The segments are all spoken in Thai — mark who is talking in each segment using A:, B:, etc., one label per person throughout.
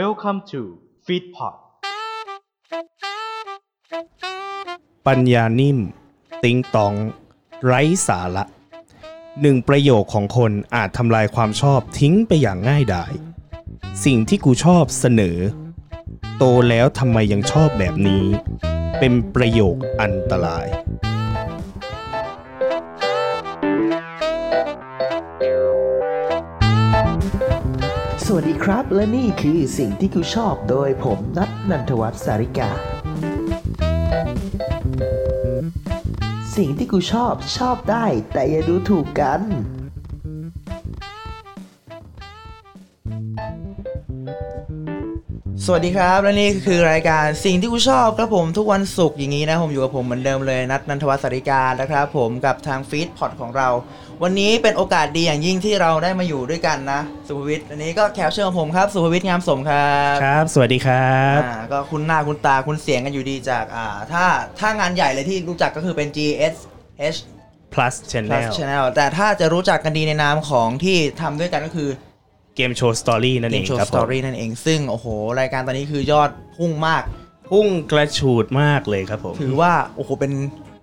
A: Welcome to Feedpot
B: ปัญญานิ่ม ติงตอง ไร้สาระหนึ่งประโยคของคนอาจทำลายความชอบทิ้งไปอย่างง่ายดาย สิ่งที่กูชอบเสนอ โตแล้วทำไมยังชอบแบบนี้ เป็นประโยคอันตราย
C: สวัสดีครับ และนี่คือสิ่งที่กูชอบโดยผมนัทนันทวัฒน์สาริกา สิ่งที่กูชอบชอบได้ แต่อย่าดูถูกกัน
D: สวัสดีครับ และนี่คือรายการสิ่งที่กูชอบครับผมทุกวันศุกร์อย่างนี้นะผมอยู่กับผมเหมือนเดิมเลยนัทนันทวัฒน์สาริกานะครับผมกับทางฟีดพอดของเรา วันนี้เป็นโอกาสดีอย่างยิ่งที่เราได้มาอยู่ด้วยกันนะสุภวิทย์อันนี้ก็แขกรับเชิญของผมครับสุภวิทย์งามสมครับ
B: ครับ สวัสดีครับ
D: อ่าก็คุ้นหน้าคุ้นตาคุ้นเสียงกันอยู่ดีจากอ่าถ้าถ้างานใหญ่เลยที่รู้จักก็คือเป็น GSH
B: plus
D: Plus
B: channel
D: Channel แต่ถ้าจะรู้จักกันดีในนามของที่ทำด้วยกันก็คือ
B: เกมโชว์สตอรี่นั่น
D: เก
B: เอ
D: ม
B: ง
D: โชว์
B: ครับ
D: ส
B: ผ
D: ตอ
B: ม
D: รี่นั่นเอง ซึ่งโอ้โห รายการตอนนี้คือยอดพุ่งมาก
B: พุ่งกระชูดมากเลยครับผม
D: ถือว่า โอ้โห เป็น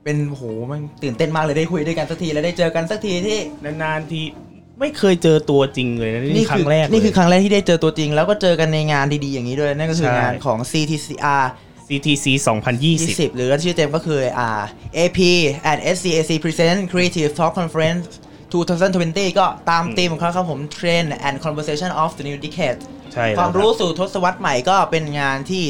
D: เป็นโอ้โห มันตื่นเต้นมากเลยได้คุยด้วยกันสักที และได้เจอกันสักทีที่
B: นานๆทีไม่เคยเจอตัวจริงเลยนะนี่ค
D: คื
B: รั้งแรกเลย
D: นี่คือครั้งแรกที่ได้เจอตัวจริง แล้วก็เจอกันในงานดีๆอย่างนี้ด้วย นั่นก็คือ
B: ใช่
D: งานของ CTCR
B: CTC 2020
D: 20 หรือชื่อเต็มก็คืออ่า AP and SCAC Present Creative Talk Conference 2020 ก็ตามธีมของเขาครับผม Trend and Conversation of the New Decade
B: ใช่แล้
D: คววา
B: รั
D: ม
B: บ
D: รู้สู่ทศวรรษใหม่ก็เป็นงานที่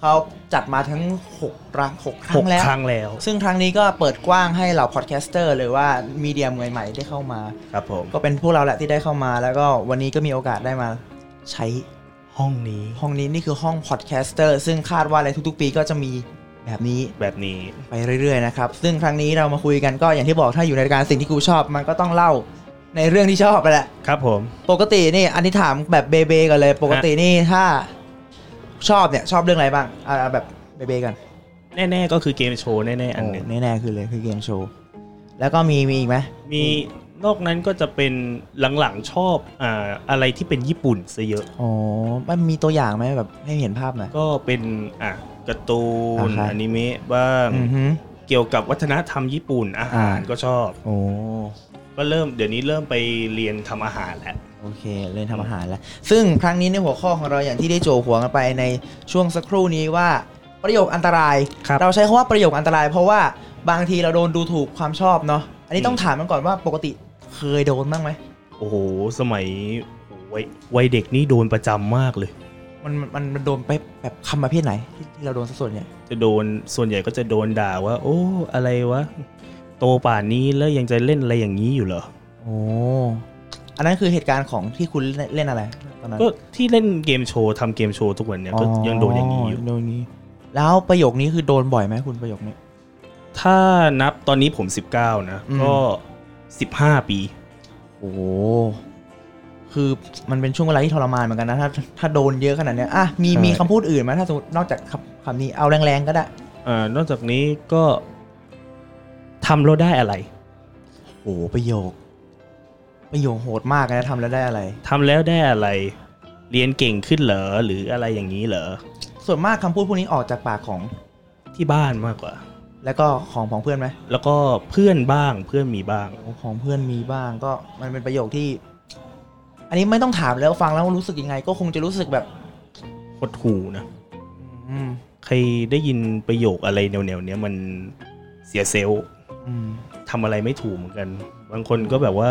D: เขาจัดมาทั้ง6ครั้ง6ครั้
B: ห
D: ง
B: ก
D: แล้ว
B: ครั้งแล้ว
D: ซึ่งครั้งนี้ก็เปิดกว้างให้เหล่าพอดแคสเตอร์หรือว่ามีเดียมือใหม่ได้เข้ามา
B: ครับผม
D: ก็เป็นพวกเราแหละที่ได้เข้ามา แล้วก็วันนี้ก็มีโอกาสได้มาใช้
B: ห้องนี้
D: ห้องนี้นี่คือห้องพอดแคสเตอร์ซึ่งคาดว่าในทุกๆ ปีก็จะมีแบบนี้
B: แบบนี้
D: ไปเรื่อยๆนะครับ ซึ่งครั้งนี้เรามาคุยกันก็อย่างที่บอกถ้าอยู่ในรายการสิ่งที่กูชอบ มันก็ต้องเล่าในเรื่องที่ชอบไปแหละ
B: ครับผม
D: ปกตินี่อันนี้ถามแบบเบเบกันเลย ปกตินี่ถ้าชอบเนี่ยชอบเรื่องอะไรบ้างอ่าแบบเบเบกัน
B: แน่ๆก็คือเกมโชว์แน่ๆอันหนึ่ง
D: โแน่ๆคือเลยคือเกมโชว์แล้วก็มีมีอีกไหม
B: มีนอกนั้นก็จะเป็นหลังๆชอบอ่าอะไรที่เป็นญี่ปุ่นซะเยอะ
D: อ๋อ มันมีตัวอย่างไหมแบบให้เห็นภาพหน่อย
B: ก็เป็นอ่ะการ์ตูน
D: อ่าครับ
B: อนิเมะบ้าง
D: อือฮึ
B: เกี่ยวกับวัฒนธรรมญี่ปุ่นอาหาร
D: อ่า
B: ก็ชอบ
D: โอ้
B: ก็เริ่มเดี๋ยวนี้เริ่มไปเรียนทำอาหารแล้ว
D: โอเค เล่นทำอาหารแล้ว ซึ่งครั้งนี้ในหัวข้อของเราอย่างที่ได้โจหัวกันไปในช่วงสักครู่นี้ว่าประโยคอันตราย
B: ครับ
D: เราใช้คำว่าประโยคอันตราย เพราะว่าบางทีเราโดนดูถูกความชอบเนาะ อันนี้ต้องถามมันก่อนว่าปกติเคยโดนบ้างไหม
B: โอ้โหสมัยวัยวัยเด็กนี่โดนประจำมากเลย
D: มันมันมันโดนไปแบบคำประเภทไหนที่ที่เราโดนสักส่วนเนี่ย
B: จะโดนส่วนใหญ่ก็จะโดนด่าว่า โอ้อะไรวะโตป่านนี้แล้วยังจะเล่นอะไรอย่างนี้อยู่เหรอ
D: โอ้ อันนั้นคือเหตุการณ์ของที่คุณเล่นเล่นอะไรตอนนั้น
B: ก็ที่เล่นเกมโชว์ทำเกมโชว์ทุกวันเนี่ยก็ยังโดนอย่างนี้อยู่
D: โดนนี้ แล้วประโยคนี้คือโดนบ่อยไหมคุณประโยคนี้
B: ถ้านับตอนนี้ผม 19 นะ
D: อืม
B: ก็ 15 ปี
D: โอ้โหคือมันเป็นช่วงเวลาที่ทรมานเหมือนกันนะ ถ้าถ้าโดนเยอะขนาดเนี้ยอ่ะมี
B: ใช่
D: มีคำพูดอื่นไหมถ้าสมมตินอกจากคำคำนี้เอาแรงๆก็ได้
B: อ่านอกจากนี้ก็ทำแล้วได้อะไร
D: โอ้โหประโยค ประโยคโหดมากนะทำแล้วได้อะไร
B: ทำแล้วได้อะไร เรียนเก่งขึ้นเหรอ หรืออะไรอย่างนี้เหรอ
D: ส่วนมากคำพูดพวกนี้ออกจากปากของ
B: ที่บ้านมากกว่า
D: แล้วก็ของของเพื่อนไหม
B: แล้วก็เพื่อนบ้างเพื่อนมีบ้าง
D: ของของเพื่อนมีบ้างก็มันเป็นประโยคที่ อันนี้ไม่ต้องถามแล้วฟังแล้วรู้สึกยังไง ก็คงจะรู้สึกแบบ
B: โคตรหูนะ
D: อืม
B: ใครได้ยินประโยคอะไรแนวๆเนี้ยมันเสียเซลล์
D: อืม
B: ทำอะไรไม่ถูกเหมือนกัน บางคนก็แบบว่า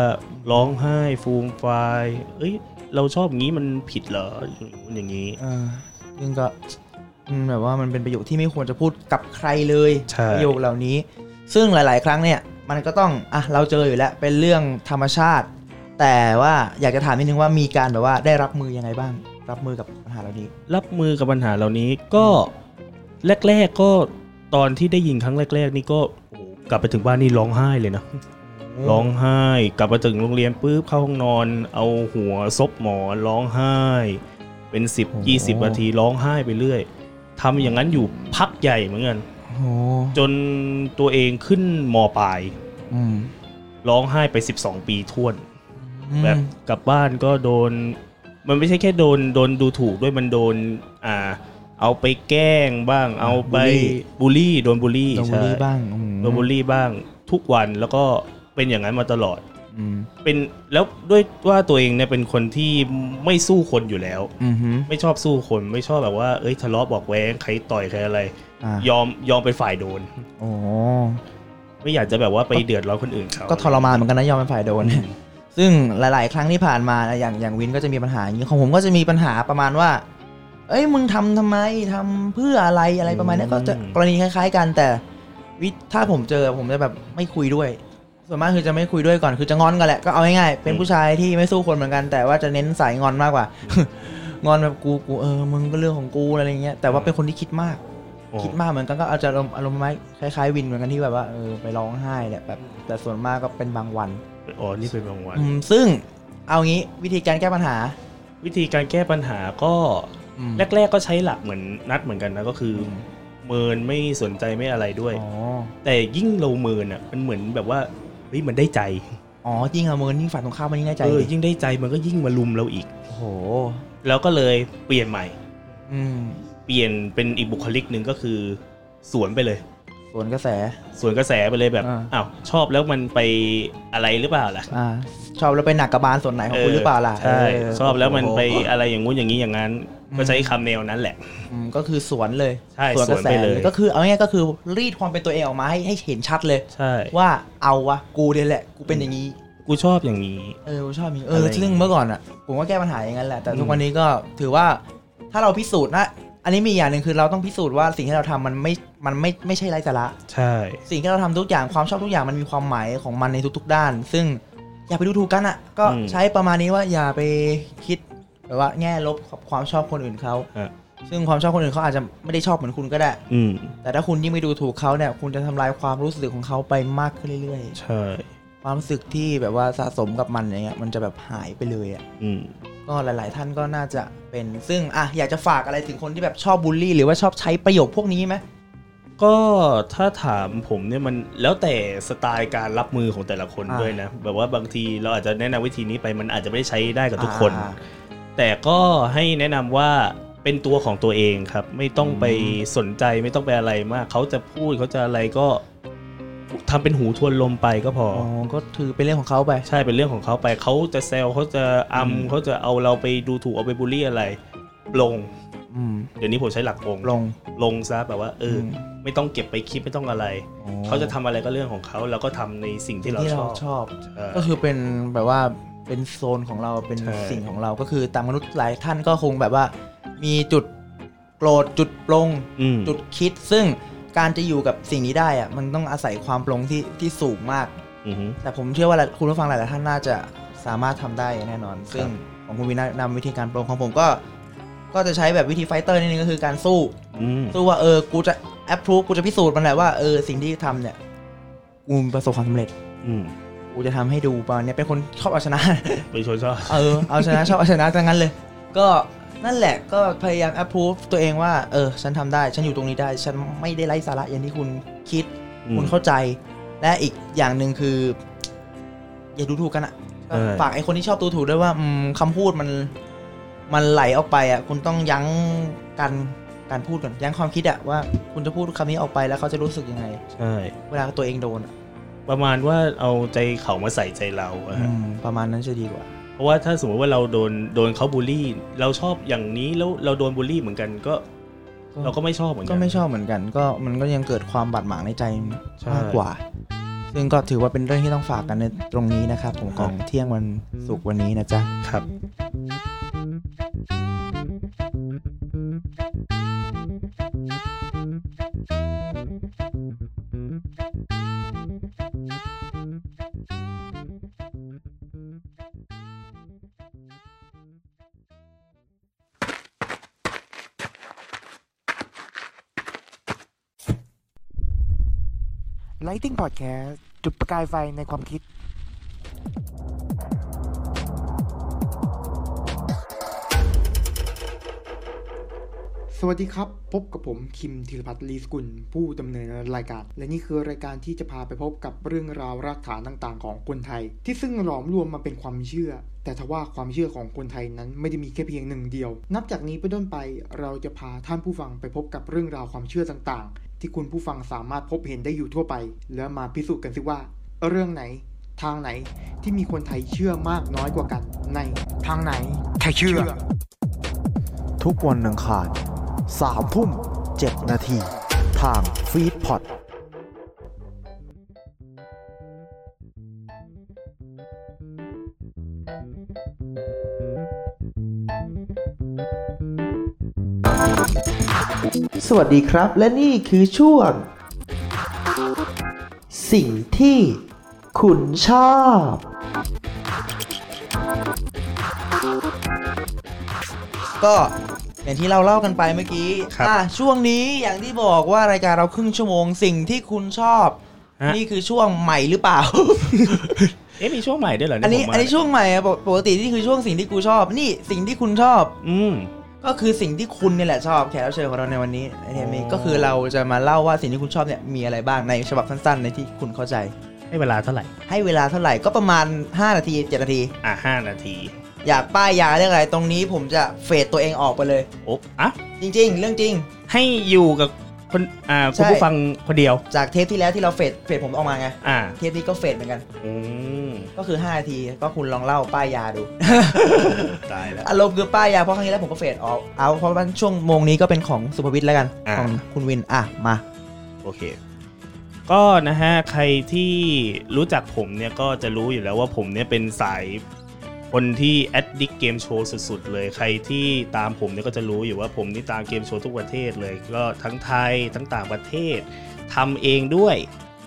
B: ร้องไห้ฟูมฟายเอ้ย เราชอบงี้มันผิดเหรออย่างนี้
D: เออซึ่งก็อืมแบบว่ามันเป็นประโยคที่ไม่ควรจะพูดกับใครเลย
B: ใช่
D: ประโยคเหล่านี้ ซึ่งหลาย ๆ ครั้งเนี่ย มันก็ต้อง อ่ะ เราเจออยู่แล้ว เป็นเรื่องธรรมชาติ แต่ว่าอยากจะถามนิดนึงว่ามีการแบบว่าได้รับมือยังไงบ้าง รับมือกับปัญหาเหล่านี้
B: รับมือกับปัญหาเหล่านี้ก็แรกๆก็ตอนที่ได้ยินครั้งแรก ๆ นี่ก็โอ้โหกลับไปถึงบ้านนี่ร้องไห้เลยนะร้องไห้ กลับมาถึงโรงเรียนปุ๊บเข้าห้องนอน เอาหัวซบหมอนร้องไห้ เป็น
D: โอ้
B: 10
D: โห
B: 20นาทีร้องไห้ไปเรื่อยทำอย่างนั้นอยู่พักใหญ่เหมือนกัน
D: โอ้โห
B: จนตัวเองขึ้นมปลาย
D: อืม
B: ร้องไห้ไป 12 ปีท้วน
D: อืม
B: แบบกลับบ้านก็โดน มันไม่ใช่แค่โดนโดนดูถูกด้วยมันโดนอ่า เอาไปแกล้งบ้าง เอาไป
D: บูลลี่
B: บูลลี่โดนบูลลี่
D: โดนบุ
B: ใช่
D: รีบ้างอืม
B: โดนบูลลี่บ้างทุกวันแล้วก็เป็นอย่างนั้นมาตลอด
D: อืม
B: เป็นแล้วด้วยว่าตัวเองเนี่ยเป็นคนที่ไม่สู้คนอยู่แล้ว
D: อือฮึ
B: ไม่ชอบสู้คนไม่ชอบแบบว่าเอ้ยทะเลาะบอกแว้งใครต่อยใครอะไร
D: อ่าย
B: อมยอมเป็นฝ่ายโดน
D: โอ้
B: ไม่อยากจะแบบว่าไปเดือดร้อนคนอื่นเขา
D: ก็ทรมานเหมือนกันนะยอมเป็นฝ่ายโดน ซึ่งหลาย ๆ ครั้งที่ผ่านมานะอย่างอย่างวินก็จะมีปัญหาอย่างนี้ของผมก็จะมีปัญหาประมาณว่า เอ้ยมึงทำทำไมทำเพื่ออะไรอะไรประมาณเนี้ยก็จะกรณีคล้าย ๆ กันแต่วิถ้าผมเจอผมจะแบบไม่คุยด้วย ส่วนมากคือจะไม่คุยด้วยก่อนคือจะงอนกันแหละก็เอาง่ายๆเป็นผู้ชายที่ไม่สู้คนเหมือนกัน แต่ว่าจะเน้นสายงอนมากกว่า งอนแบบกูกูเออมึงก็เรื่องของกูอะไรอย่างเงี้ยแต่ว่าเป็นคนที่คิดมาก
B: โอ้
D: คิดมากเหมือนกันก็อาจจะอารมณ์อารมณ์ไม่คล้ายๆวินเหมือนกันที่แบบว่าเออไปร้องไห้แหละแบบแต่ส่วนมากก็เป็นบางวัน
B: อ๋อนี่เป็นบางวัน
D: อืมซึ่งเอางี้วิธีการแก้ปัญหา
B: วิธีการแก้ปัญหาก็
D: อืม
B: แรก ๆ ก็ใช้หลักเหมือนนัดเหมือนกันนะก็คืออเมินไม่สนใจไม่อะไรด้วย
D: อ๋อ
B: แต่ยิ่งเราเมินอ่ะมันเหมือนแบบว่าเฮ้ยมันได้ใจ
D: อ๋อจริงเหรอมึงยิ่งฝันตรงข้ามมันยิ่งแน่ใจ
B: เออ
D: ดิ
B: ยิ่งได้ใจมันก็ยิ่งมาลุมเราอีก
D: โอ้โห
B: แล้วก็เลยเปลี่ยนใหม่
D: อืม
B: เปลี่ยนเป็นอีกบุคลิกหนึ่งก็คือสวนไปเลย
D: สวนกระแส
B: สวนกระแสไปเลยแบบ
D: อ่า
B: อ้าวชอบแล้วมันไปอะไรหรือเปล่าล่ะ
D: อ่าชอบแล้วไปหนักกระบาลส่วนไหนของคุณหรือเปล่าล่ะ
B: ใช่
D: เ
B: ชอบแล้วมันไป
D: โอ้โห
B: อะไรอย่างงู้นอย่างนี้อย่างนั้น
D: อืม
B: ก็ใช้คำแนวนั้นแหละ
D: อืมก็คือสวนเลย
B: ใช่
D: สวนก
B: ส
D: ระ
B: วน
D: แส
B: ไปเลย
D: ก็คือเอาง่ายๆก็คือรีดความเป็นตัวเองออกมาให้ให้เห็นชัดเลย
B: ใช่
D: ว่าเอาวะกูเนี่ยแหละ กูเป็นอย่างนี้
B: กูชอบอย่างนี้
D: เออชอบมีเอ
B: อะไรอย่าง
D: อ
B: งี้
D: ซึ่งเมื่อก่อนอ่ะ ผมก็แก้ปัญหาอย่างนั้นแหละแต่ทุ
B: อื
D: ก
B: ม
D: วันนี้ก็ถือว่าถ้าเราพิสูจน์นะ อันนี้มีอย่างหนึ่งคือเราต้องพิสูจน์ว่าสิ่งที่เราทำมันไม่มันไม่ไม่ใช่ไร้สาระ
B: ใช่
D: สิ่งที่เราทำทุกอย่างความชอบทุกอย่างมันมีความหมายของมันในทุก ๆ ด้าน ซึ่งอย่าไปดูถูกกันอ่ะ ก็ใช้ประมาณนี้ว่าอย่าไปคิดแบบว่าแง่ลบกับความชอบคนอื่นเขา
B: อ่ะ
D: ซึ่งความชอบคนอื่นเขาอาจจะไม่ได้ชอบเหมือนคุณก็ได้
B: อืม
D: แต่ถ้าคุณยิ่งไปดูถูกเขาเนี่ยคุณจะทำลายความรู้สึกของเขาไปมากขึ้นเรื่อย
B: ใช่
D: ๆ ความรู้สึกที่แบบว่าสะสมกับมันอย่างเงี้ยมันจะแบบหายไปเลยอ่ะ
B: อืม
D: ก็หลาย ๆ ท่านก็น่าจะเป็น ซึ่งอ่ะอยากจะฝากอะไรถึงคนที่แบบชอบบูลลี่ หรือว่าชอบใช้ประโยคพวกนี้ไหม
B: ก็ถ้าถามผมเนี่ยมันแล้วแต่สไตล์การรับมือของแต่ละคนด้วยนะ แบบว่าบางทีเราอาจจะแนะนำวิธีนี้ไปมันอาจจะไม่ได้ใช้ได้กับทุกคน
D: อ่า
B: แต่ก็ให้แนะนำว่าเป็นตัวของตัวเองครับ ไม่ต้องไป
D: อืม
B: สนใจไม่ต้องไปอะไรมาก เขาจะพูดเขาจะอะไรก็ทำเป็นหูทวนลมไปก็พอ
D: อ๋อ
B: อ
D: ก็ถือเป็นเรื่องของเขาไป
B: ใช่เป็นเรื่องของเขาไปเขาจะแซวเขาจะอำ
D: อืม
B: เขาจะเอาเราไปดูถูกเอาไปบูลลี่อะไรปลง
D: อืม
B: เดี๋ยวนี้ผมใช้หลักปลง
D: ลง
B: ปลงซะแบบว่าเอออ
D: ม
B: ไม่ต้องเก็บไปคิดไม่ต้องอะไร เขาจะทำอะไรก็เรื่องของเขาเราก็ทำในสิ่งที่
D: ที่
B: เรา
D: เรา
B: ชอบ
D: ชอบ
B: เออ
D: ก็คือเป็นแบบว่าเป็นโซนของเราเป็น
B: ใช่
D: สิ่งของเราก็คือตามมนุษย์หลายท่านก็คงแบบว่า มีจุดโกรธจุดปลง
B: ม
D: จุดคิด ซึ่งการจะอยู่กับสิ่งนี้ได้อะมันต้องอาศัยความปลงที่ที่สูงมาก
B: อือฮึ
D: แต่ผมเชื่อว่าหลายคุณผู้ฟังหลายๆท่านน่าจะสามารถทำได้แน่นอน ซึ่งของคุณวินานำวิธีการปลงของผมก็ ก็จะใช้แบบวิธีไฟเตอร์นิดนึงก็คือการสู้
B: อืม
D: สู้ว่าเออ กูจะแอปพรูฟกูจะพิสูจน์มันแหละว่าเออสิ่งที่ทำเนี่ยกูประสบความสำเร็จ
B: อืม
D: กูจะทำให้ดูประมาณเนี้ยเป็นคนชอบเอาชนะ
B: ไปชวนชอบ
D: เออ เอาชนะชอบเอาชนะจังนั้นเลย ก็นั่นแหละก็พยายามแอปพรูฟตัวเองว่าเออ ฉันทำได้ ฉันอยู่ตรงนี้ได้ ฉันไม่ได้ไร้สาระอย่างที่คุณคิด
B: อืม
D: คุณเข้าใจ และอีกอย่างหนึ่งคือ อย่าดูถูกกันอะ
B: เออ
D: ฝากไอ้คนที่ชอบดูถูกด้วยว่าอืมคำพูดมัน มันไหลออกไปอะคุณต้องยั้งการการพูดก่อนยั้งความคิดอะว่าคุณจะพูดคำนี้ออกไปแล้วเขาจะรู้สึกยังไง
B: ใช่
D: เวลาตัวเองโดนอะ
B: ประมาณว่าเอาใจเขามาใส่ใจเราอะฮะ
D: อืมประมาณนั้นจะดีกว่า
B: เพราะว่าถ้าสมมติว่าเราโดนโดนเขาบูลลี่ เราชอบอย่างนี้แล้วเราโดนบูลลี่เหมือนกันก็ เราก็ไม่ชอบเหมือนกั
D: ก็ไม่ชอบเหมือนกันก็มันก็ยังเกิดความบาดหมางในใจ
B: ใช่
D: มากกว่า ซึ่งก็ถือว่าเป็นเรื่องที่ต้องฝากกันในตรงนี้นะครับ ผม
B: ค
D: ข
B: รับ
D: องเที่ยงวันศุกร์วันนี้นะจ๊ะ
B: ครับ
E: ไล g h ิ i งพอดแคสต์จุดประกายไฟในความคิด
B: ส
F: สวัสดีครับ พบกับผมคิมธีรพัฒน์ลีสกุล ผู้ดำเนินรายการ และนี่คือรายการที่จะพาไปพบกับเรื่องราวรากฐานต่างๆ ของคนไทย ที่ซึ่งหลอมรวมมาเป็นความเชื่อ แต่ทว่าความเชื่อของคนไทยนั้นไม่ได้มีแค่เพียงหนึ่งเดียว นับจากนี้ไปต้นไปเราจะพาท่านผู้ฟังไปพบกับเรื่องราวความเชื่อต่างๆ ที่คุณผู้ฟังสามารถพบเห็นได้อยู่ทั่วไป และมาพิสูจน์กันสิว่า เรื่องไหน ทางไหนที่มีคนไทยเชื่อมากน้อยกว่ากัน ในทางไหน
E: ใครเชื่อ
F: เชื่อ
G: ทุกวันอังคารสามทุ่มเจ็ดนาที ทางฟีดพอด
C: สวัสดีครับ และนี่คือช่วง สิ่งที่คุณชอบ
D: ก็อย่างที่เราเล่ากันไปเมื่อกี้
B: ครับ
D: อ่ะช่วงนี้อย่างที่บอกว่ารายการเราครึ่งชั่วโมงสิ่งที่คุณชอบ
B: ฮะ
D: นี่คือช่วงใหม่หรือเปล่า
B: เอ๊ะมีช่วงใหม่ด้วยเหรอ
D: อันนี้
B: ผมะ
D: อันนี้ช่วงใหม่อะปกปกตินี่คือช่วงสิ่งที่กูชอบ นี่สิ่งที่คุณชอบ
B: อืม
D: ก็คือสิ่งที่คุณเนี่ยแหละชอบแขกรับเชิญของเราในวันนี้ไอเทมนี้
B: อ๋อ
D: ก็คือเราจะมาเล่าว่าสิ่งที่คุณชอบเนี่ยมีอะไรบ้างในฉบับสั้นๆ ในที่คุณเข้าใจ
B: ให้เวลาเท่าไหร่
D: ให้เวลาเท่าไหร่ก็ประมาณ 5 นาที 7 นาที
B: อ่ะห้านาที
D: อยากป้ายยาเรื่องอะไรตรงนี้ผมจะเฟดตัวเองออกไปเลย
B: โอ๊ะอ่ะ
D: จริง ๆ เรื่องจริง
B: ให้อยู่กับคนอ่า
D: ใช่
B: คุณผู้ฟังคนเดียว
D: จากเทปที่แล้วที่เราเฟดเฟดผมออกมาไง
B: อ่า
D: เทปนี้ก็เฟดเหมือนกัน
B: อืม
D: ก็คือ 5 นาทีก็คุณลองเล่าป้ายยาดู
B: ตายแล้ว
D: อารมณ์คือป้ายยาเพราะครั้งที่แล้วผมก็เฟดออกเอาเพราะว่าช่วงโมงนี้ก็เป็นของสุภวิทย์แล้วกัน
B: อ่า
D: ของคุณวินอ่ะมา
B: โอเค ก็นะฮะ ใครที่รู้จักผมเนี่ยก็จะรู้อยู่แล้วว่าผมเนี่ยเป็นสายคนที่แอดดิกเกมโชว์สุดๆ เลย ใครที่ตามผมเนี่ยก็จะรู้อยู่ว่าผมนี่ตามเกมโชว์ทุกประเทศเลย ก็ทั้งไทยทั้งต่างประเทศทำเองด้วย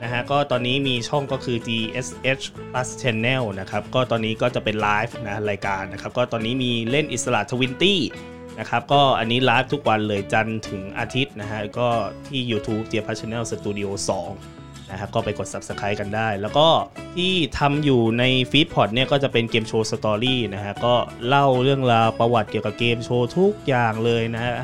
B: นะฮะ ก็ตอนนี้มีช่องก็คือ GSH Plus Channel นะครับ ก็ตอนนี้ก็จะเป็นไลฟ์นะรายการนะครับ ก็ตอนนี้มีเล่นอิสระ20 นะครับก็อันนี้ไลฟ์ทุกวันเลยจันทร์ถึงอาทิตย์นะฮะก็ที่ YouTube เจียพัชแนลสตูดิโอ2นะฮะก็ไปกด Subscribe กันได้ แล้วก็ที่ทำอยู่ในฟีดพอดเนี่ยก็จะเป็นเกมโชว์สตอรี่นะฮะก็เล่าเรื่องราวประวัติเกี่ยวกับเกมโชว์ทุกอย่างเลยนะฮะ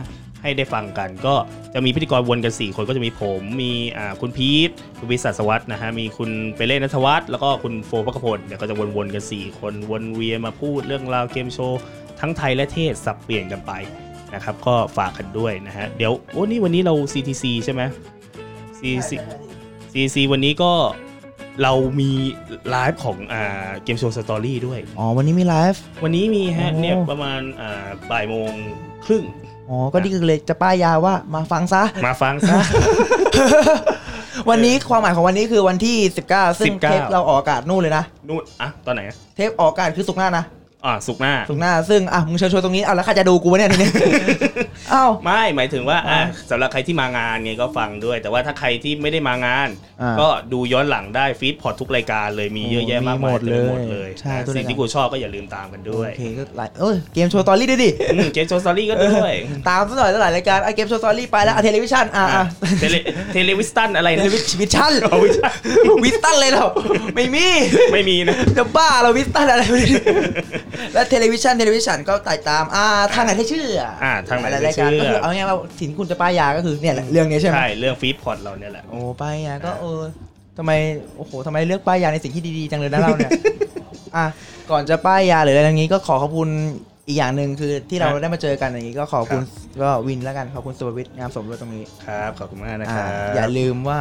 B: ให้ได้ฟังกัน ก็จะมีพิธีกรวนกัน 4 คนก็จะมีผมมีอ่าคุณพีทคุณวิศสวัสด์นะฮะมีคุณเปเล่นัทวัฒน์แล้วก็คุณโฟพักขพลเนี่ยก็จะวนๆกันสี่คนวนเวียนมาพูดเรื่องราวเกมโชว์ทั้งไทยและเทศสับเปลี่ยนกันไป นะครับก็ฝากกันด้วยนะฮะ เดี๋ยว โอ้นี่วันนี้เรา CTC ใช่ไหม CTC CTC วันนี้ก็เรามีไลฟ์ของอ่าเกมโชว์สตอรี่ด้วย
D: อ๋อวันนี้มีไลฟ์
B: วันนี้มีฮะ
D: โอ้
B: เนี่ยประมาณอ่าบ่ายโมงค รึ่ง
D: อ๋อ ก็ดีคือเลยจะป้ายยาว่ามาฟัง ซะ
B: มาฟังซะ
D: วันนี้ความหมายของวันนี้คือวันที่ 19 ซึ่ง
B: 19
D: เทปเราออกอากาศนู่นเลยนะ
B: นู่นอ่ะ ตอนไหนอะ
D: เทปออกอากาศคือสุกร์หน้านะ
B: อ่าสุกร์หน้า
D: สุกร์หน้า ซึ่ง อ่ะ มึงเชิญชวนตรงนี้ เอาแล้วใครจะ ดูกูวะเนี่ยทีนี้ อ้าว
B: ไม่ หมายถึงว่าอ่ะสำหรับใครที่มางานไงก็ฟังด้วย แต่ว่าถ้าใครที่ไม่ได้มางาน
D: อ่า
B: ก็ดูย้อนหลังได้ฟีดพอร์ตทุกรายการเลยมีเยอะแยะมากมาย
D: โอ้มีหมดเลย
B: ต็ไปหมดเลย
D: ใช่ทุกรายการ
B: สิ่งที่กูชอบก็อย่าลืมตามกันด้วย
D: โอเคก็หลายเอ้ย เกมโชว์ตอรี่ด้วยดิ
B: อืมเกมโชว์สตอรี่ก็ด้วย
D: ตามซะหน่อยซะหลายรายการอ่ะเกมโชว์ตอรี่ไปแล้วอ่ะเทเลวิชันอ่ะอ่ะ
B: เทเลเทเลวิสตันอะไร
D: เท
B: นะ
D: เลวิวิชัน
B: เอา วิชั่น
D: วิสตันเลยเหราไม่มี
B: ไม่มีนะ
D: จะบ้าเราวิสตันอะไรไม่รู้และเทเลวิชันเทเลวิชันก็ติดตามอ่าทางไหนที่เชื่ออ่า
B: อ่าทางไหนที่
D: รายการ
B: เชื่อ
D: ก็คือเอาง่ายๆว่าสิ่งที่คุณจะป้ายยาก็คือเนี่ยแหละเรื่องนี้ใช่ไหม
B: ใช่ เรื่องฟีดพอร์ตเราเนี่ยแหละ
D: โอ้ป้ายยาก็เออทำไมโอ้โหทำไมเลือกป้ายยาในสิ่งที่ดีๆจังเลยนะเรา เนี่ยอ่ะก่อนจะป้ายยาหรืออะไรอย่างนี้ก็ขอขอบคุณอีกอย่างหนึ่งคือที่เรา
B: ครับ
D: ได้มาเจอกันอย่างนี้ก็ขอบคุณก็วินแล้วกันขอบคุณสุภวิทย์งามสมด้วยตรงนี้
B: ครับ ขอบคุณมากนะค
D: อ่า
B: รับ
D: อย่าลืมว่า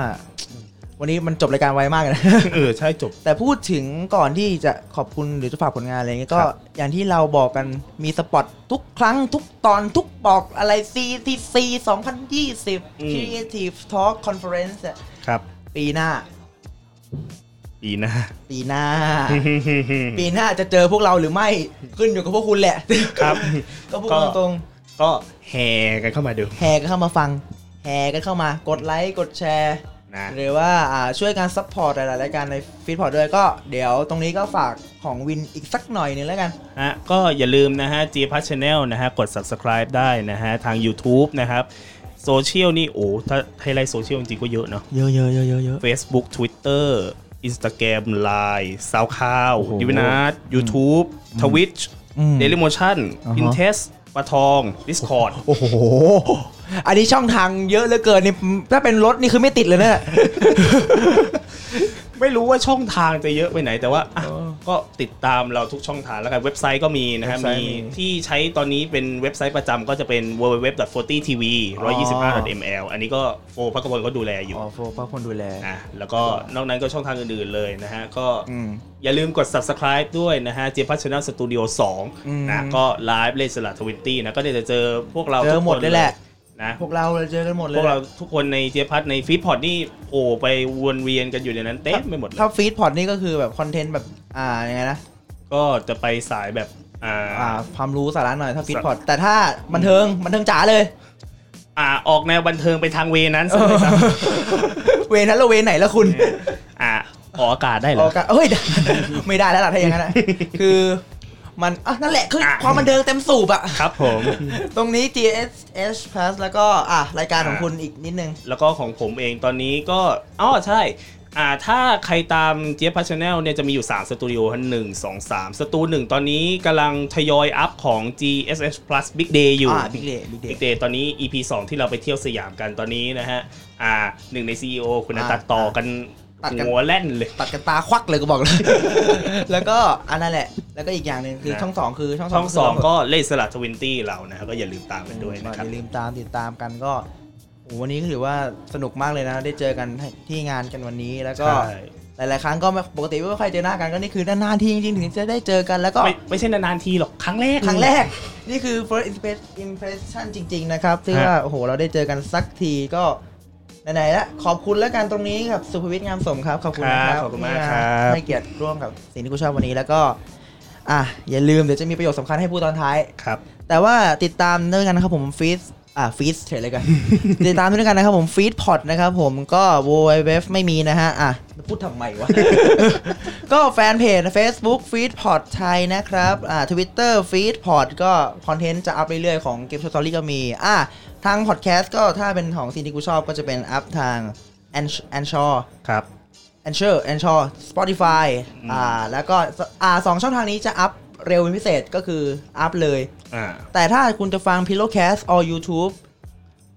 D: วันนี้มันจบรายการไวมากเลยนะ
B: เออ ใช่จบ
D: แต่พูดถึงก่อนที่จะขอบคุณหรือจะฝากผลงานอะไรเงี้ยก็
B: ครับ
D: อย่างที่เราบอกกันมีสปอตทุกครั้งทุกตอนทุกบอกอะไร CTC 2020 Creative Talk Conference อะ
B: ครับ
D: ปีหน้า
B: ปีหน้า
D: ปีหน้า ปีหน้าจะเจอพวกเราหรือไม่ ขึ้นอยู่กับพวกคุณแหละ
B: ครับ
D: ก็พูดกันตรง
B: ก็แห่กันเข้ามาดู
D: ๆแห่กันเข้ามาฟัง แห่กันเข้ามากดไลค์กดแชร์
B: นะ
D: หรือว่าอ่าช่วยการซัพพอร์ตหลายๆรายการในฟีดพอร์ตด้วยก็เดี๋ยวตรงนี้ก็ฝากของวินอีกสักหน่อยหนึงแล้วกัน
B: ฮะก็อย่าลืมนะฮะ g p a s Channel นะฮะ กด subscribe ได้นะฮะ ทาง YouTube นะครับ โซเชียลนี่ โอ้ ถ้าให้ไล่โซเชียลจริงๆก็เยอะเนาะ
D: เยอะเยอะเยอะเยอะเยอะ
B: Facebook Twitter Instagram Line SoundCloud d i v i n a t YouTube Twitch
D: อืม
B: Dailymotion
D: อ่าฮะ
B: Pinterest ปลาทอง Discord
D: โอ้โห อันนี้ช่องทางเยอะเหลือเกินนี่ถ้าเป็นรถนี่คือไม่ติดเลย นะ
B: ไม่รู้ว่าช่องทางจะเยอะไปไหน แต่ว่าอ่ะก็ติดตามเราทุกช่องทางแล้วกันเว็บไซต์ก็มีนะฮะ
D: เว็บไซต์
B: มี
D: มี
B: ที่ใช้ตอนนี้เป็นเว็บไซต์ประจำก็จะเป็น w w w 4 0 t v 125 ml อันนี้ก็โฟพักกพลก็ดูแลอยู่
D: ๋อโฟร์ป้าคนดูแล
B: นะแล้วก็นอกนั้นก็ช่องทางอื่นๆเลยนะฮะ ก็
D: อืม
B: อย่าลืมกด subscribe ด้วยนะฮะเจพัชนาสตูดิโอ
D: อืม
B: 2นะก็ไลฟ์เล่นสลัดทวินตี้นะก็เดี๋ยวจะเจอพวกเรา
D: เจอหมดเลยแหละ
B: นะ
D: พวกเราเจอกันหมดเลย
B: พวกเราทุกคนในเจพัทในฟีดพอดนี่โผล่ไปวนเวียนกันอยู่ในนั้นเต็มไปหมดเลย
D: ถ้าฟีดพอร์ตนี่ก็คือแบบคอนเทนต์แบบ อ่ายังไงนะ
B: ก็จะไปสายแบบอ่า
D: อ่า ความรู้สาระหน่อยถ้าฟีดพอร์ตแต่ถ้าบันเทิงบันเทิงจ๋าเลย
B: อ่าออกแนวบันเทิงไปทางเวนั้นซะเลยซ้
D: เวรนั้นเราเวรไหนละคุณ
B: ำอ่าออกอากาศได้เหร
D: ออ
B: อ
D: กกันเอ้ย ไม่ได้แล้วล่ะถ้าอย่างนั้น อะ คือมันอ่ะนั่นแหละคืออะ ความบันเทิงเต็มสูบอะ
B: ครับผม
D: ตรงนี้ GSH Plus แล้วก็อ่ะรายการของ
B: อ่ะ
D: คุณอีกนิดนึง
B: แล้วก็ของผมเองตอนนี้ก็อ๋อใช่อ่าถ้าใครตามเจี๊ยบพัชแนลเนี่ยจะมีอยู่ 3 สตูดิโอฮะหนึ่งสองสามสตูหนึ่งตอนนี้กำลังทยอยอัพของ GSS Plus Big Day อยู่
D: อ่า Big Day Big Day
B: บิ๊กเดย์ตอนนี้ EP 2 ที่เราไปเที่ยวสยามกันตอนนี้นะฮะ อ่าหนึ่งใน CEO คุณนะ
D: อ่า
B: ตัดต่อกัน
D: ตัดกัน
B: หัวแล่นเลย
D: ตัดกันตาควักเลยก็บอกเลย แล้วก็อันนั้นแหละ แล้วก็อีกอย่างหนึ่งคือ
B: นะ
D: ช่องสองคือช่อง
B: ช่องสอง
D: คื
B: ก็เลสลัดทวินตี้เรานะฮะก็อย่าลืมตามกันด้วย
D: ก็
B: นะค
D: อ
B: รับ
D: ย่าลืมตามติดตามกันก็โอ้โหวันนี้ก็ถือว่าสนุกมากเลยนะ ได้เจอกันที่งานกันวันนี้แล้วก็
B: ใช่
D: หลาย ๆ ครั้งก็ไม่ปกติไม่ค่อยเจอหน้ากันก็นี่คือนานๆทีจริงๆถึงจะได้เจอกันแล้วก็
B: ไม่ไม่ใช่นานๆทีหรอกครั้งแรก
D: ครั้งแรก นี่คือ first impress- impression จริง ๆ นะครับซึ่ง
B: ฮะ
D: ว่า โอ้โห เราได้เจอกันสักทีก็ ไหนๆละขอบคุณแล้วกันตรงนี้กับสุภวิทย์งามสมครับ ขอบคุณ
B: ค
D: นะ
B: รับ
D: ครับ
B: ขอบคุณมาก
D: ที่
B: ครับ
D: ให้เกียรติร่วมกับสิ่งที่กูชอบวันนี้แล้วก็ อ่ะ อย่าลืมเดี๋ยวจะมีประโยชน์สำคัญให้พูดตอนท้าย
B: ครับ
D: แต่ว่าติดตามด้วยกันนะครับผมฟีดอ่าฟีดเฉยเลยกัน ติดตามด้วยกันนะครับผมฟีดพอดนะครับผมก็ w w w ไม่มีนะฮะ อ่ะ พูดทำไมวะ ก็แฟนเพจ Facebook Feed p o d ไทยนะครับ อ่า Twitter Feed p o d ก็คอนเทนต์จะอัพเรื่อยๆของเกม s t o r y ก็มี อ่ะทางพอดแคสต์ก็ถ้าเป็นของซีนที่กูชอบก็จะเป็นอัพทาง a n แอนชอ
B: ครับ
D: a n เชอร์แอนชอ Spotify อ่าแล้วก็อ่าสองช่องทางนี้จะอัพเร็วเป็นพิเศษก็คืออัพเลย
B: อ่า
D: แต่ถ้าคุณจะฟัง Pillowcast or YouTube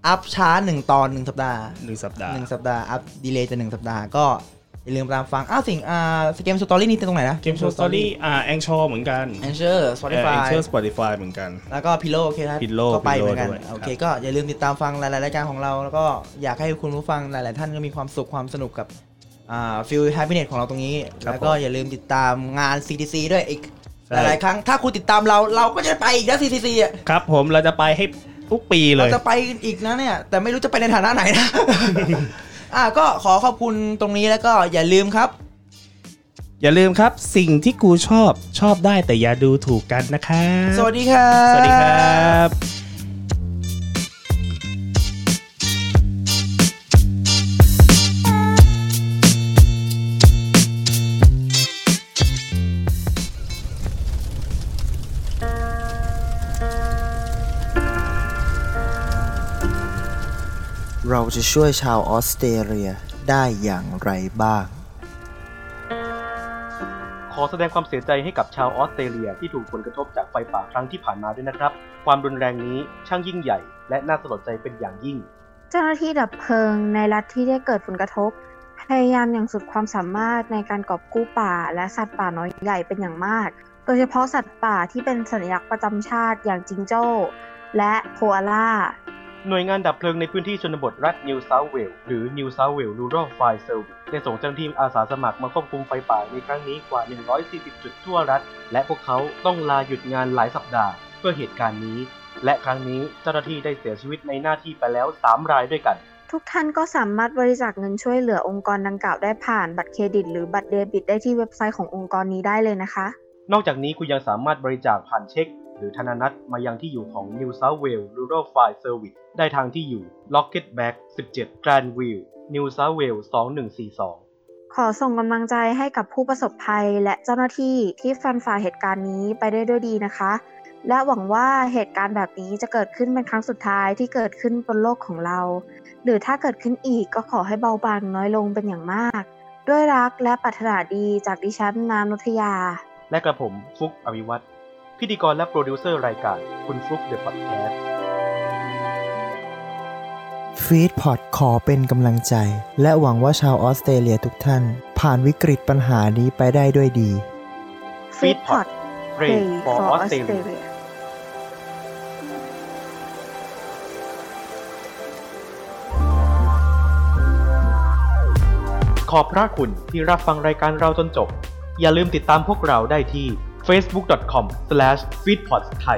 D: อัพช้า 1 ตอน 1 สัปดาห์
B: หนึ่งสัปดาห์
D: 1 สัปดาห์ อัพดีเลย์จะ1สัปดาห์ ก็อย่าลืมตามฟัง อ้าว สิ่ง อ่าเกมสตอรี่นี่ตรงไหนนะ
B: เกมโชว์สตอรี่อ่าแองชอเหมือนกัน
D: a n c h o r
B: เอ่อ
D: Spotify
B: แองเชอร์สปอติฟายเหมือนกัน
D: แล้วก็ Pillow โอเคครับ
B: Pillow
D: ก็ไปเหมือนกัน
B: Pillow ด้วยครับ
D: โอเค ก็อย่าลืมติดตามฟังหลายๆรายการของเรา แล้วก็อยากให้คุณผู้ฟังหลาย ๆ ท่านก็มีความสุขความสนุกกับ อ่าฟิลแฮปปี้เนสของเราตรงนี้ แล้วก็อย่าลืมติดตามงาน CTC ด้วยอีก หลาย ๆ ครั้ง ถ้าคุณติดตามเรา เราก็จะไปอีกนะ CTC อ่ะ
B: ครับผมเราจะไปให้ทุกปีเลย
D: เราจะไปอีกนะเนี่ย แต่ไม่รู้จะไปในฐานะไหนนะ อ่ะก็ขอขอบคุณตรงนี้แล้วก็อย่าลืมครับ
B: อย่าลืมครับ สิ่งที่กูชอบชอบได้แต่อย่าดูถูกกันนะครับ
D: สวัสดีครับ
B: สวัสดีครับ
G: เราจะช่วยชาวออสเตรเลียได้อย่างไรบ้าง
A: ขอแสดงความเสียใจให้กับชาวออสเตรเลียที่ถูกผลกระทบจากไฟป่าครั้งที่ผ่านมาด้วยนะครับ ความรุนแรงนี้ช่างยิ่งใหญ่ และน่าสลดใจเป็นอย่างยิ่ง
H: เจ้าหน้าที่ดับเพลิงในรัฐที่ได้เกิดผลกระทบ พยายามอย่างสุดความสามารถในการกอบกู้ป่าและสัตว์ป่าน้อยใหญ่เป็นอย่างมาก โดยเฉพาะสัตว์ป่าที่เป็นสัญลักษณ์ประจำชาติอย่างจิงโจ้และโคอาล่า
A: หน่วยงานดับเพลิงในพื้นที่ชนบทรัฐนิวเซา h ์เวลหรือ New South Wales Rural Fire Service ได้ส่งเจ้าหน้าที่อาสาสมัครมาควบคุมไฟป่าในครั้งนี้กว่า 140 จุดทั่วรัฐ และพวกเขาต้องลาหยุดงานหลายสัปดาห์เพื่อเหตุการณ์นี้ และครั้งนี้เจ้าหน้าที่ได้เสียชีวิตในหน้าที่ไปแล้ว 3 รายด้วยกัน
H: ทุกท่านก็สามารถบริจาคเงินช่วยเหลือองค์กรดังกล่าวได้ผ่านบัตรเครดิต หรือบัตรเดบิตได้ที่เว็บไซต์ขององค์กรนี้ได้เลยนะคะ
A: นอกจากนี้คุณยังสามารถบริจาคผ่านเช็ค หรือธนานัตมายังที่อยู่ของ New South Wales Rural Fire Service ได้ทางที่อยู่ Locket Back 17 Grandview New South Wales 2142
H: ขอส่งกำลังใจให้กับผู้ประสบภัยและเจ้าหน้าที่ที่ฟันฝ่าเหตุการณ์นี้ไปได้ด้วยดีนะคะ และหวังว่าเหตุการณ์แบบนี้จะเกิดขึ้นเป็นครั้งสุดท้ายที่เกิดขึ้นบนโลกของเรา หรือถ้าเกิดขึ้นอีกก็ขอให้เบาบางน้อยลงเป็นอย่างมาก ด้วยรักและปรารถนาดีจากดิฉันน้ำนุทยา
A: และกระผมฟุกอวิวัต พิธีกรและโปรดิวเซอร์รายการคุณฟลุกเดอะพอดแคสต์
C: ฟีดพอดขอเป็นกำลังใจ และหวังว่าชาวออสเตรเลียทุกท่าน ผ่านวิกฤตปัญหานี้ไปได้ด้วยดี
A: Feedpot Pray for Australiaขอบพระคุณที่รับฟังรายการเราจนจบ อย่าลืมติดตามพวกเราได้ที่ facebook.com/feedpots thai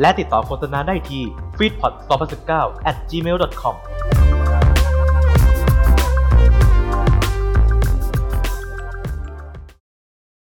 A: และติดต่อโฆษณาได้ที่ feedpots2019 at gmail.com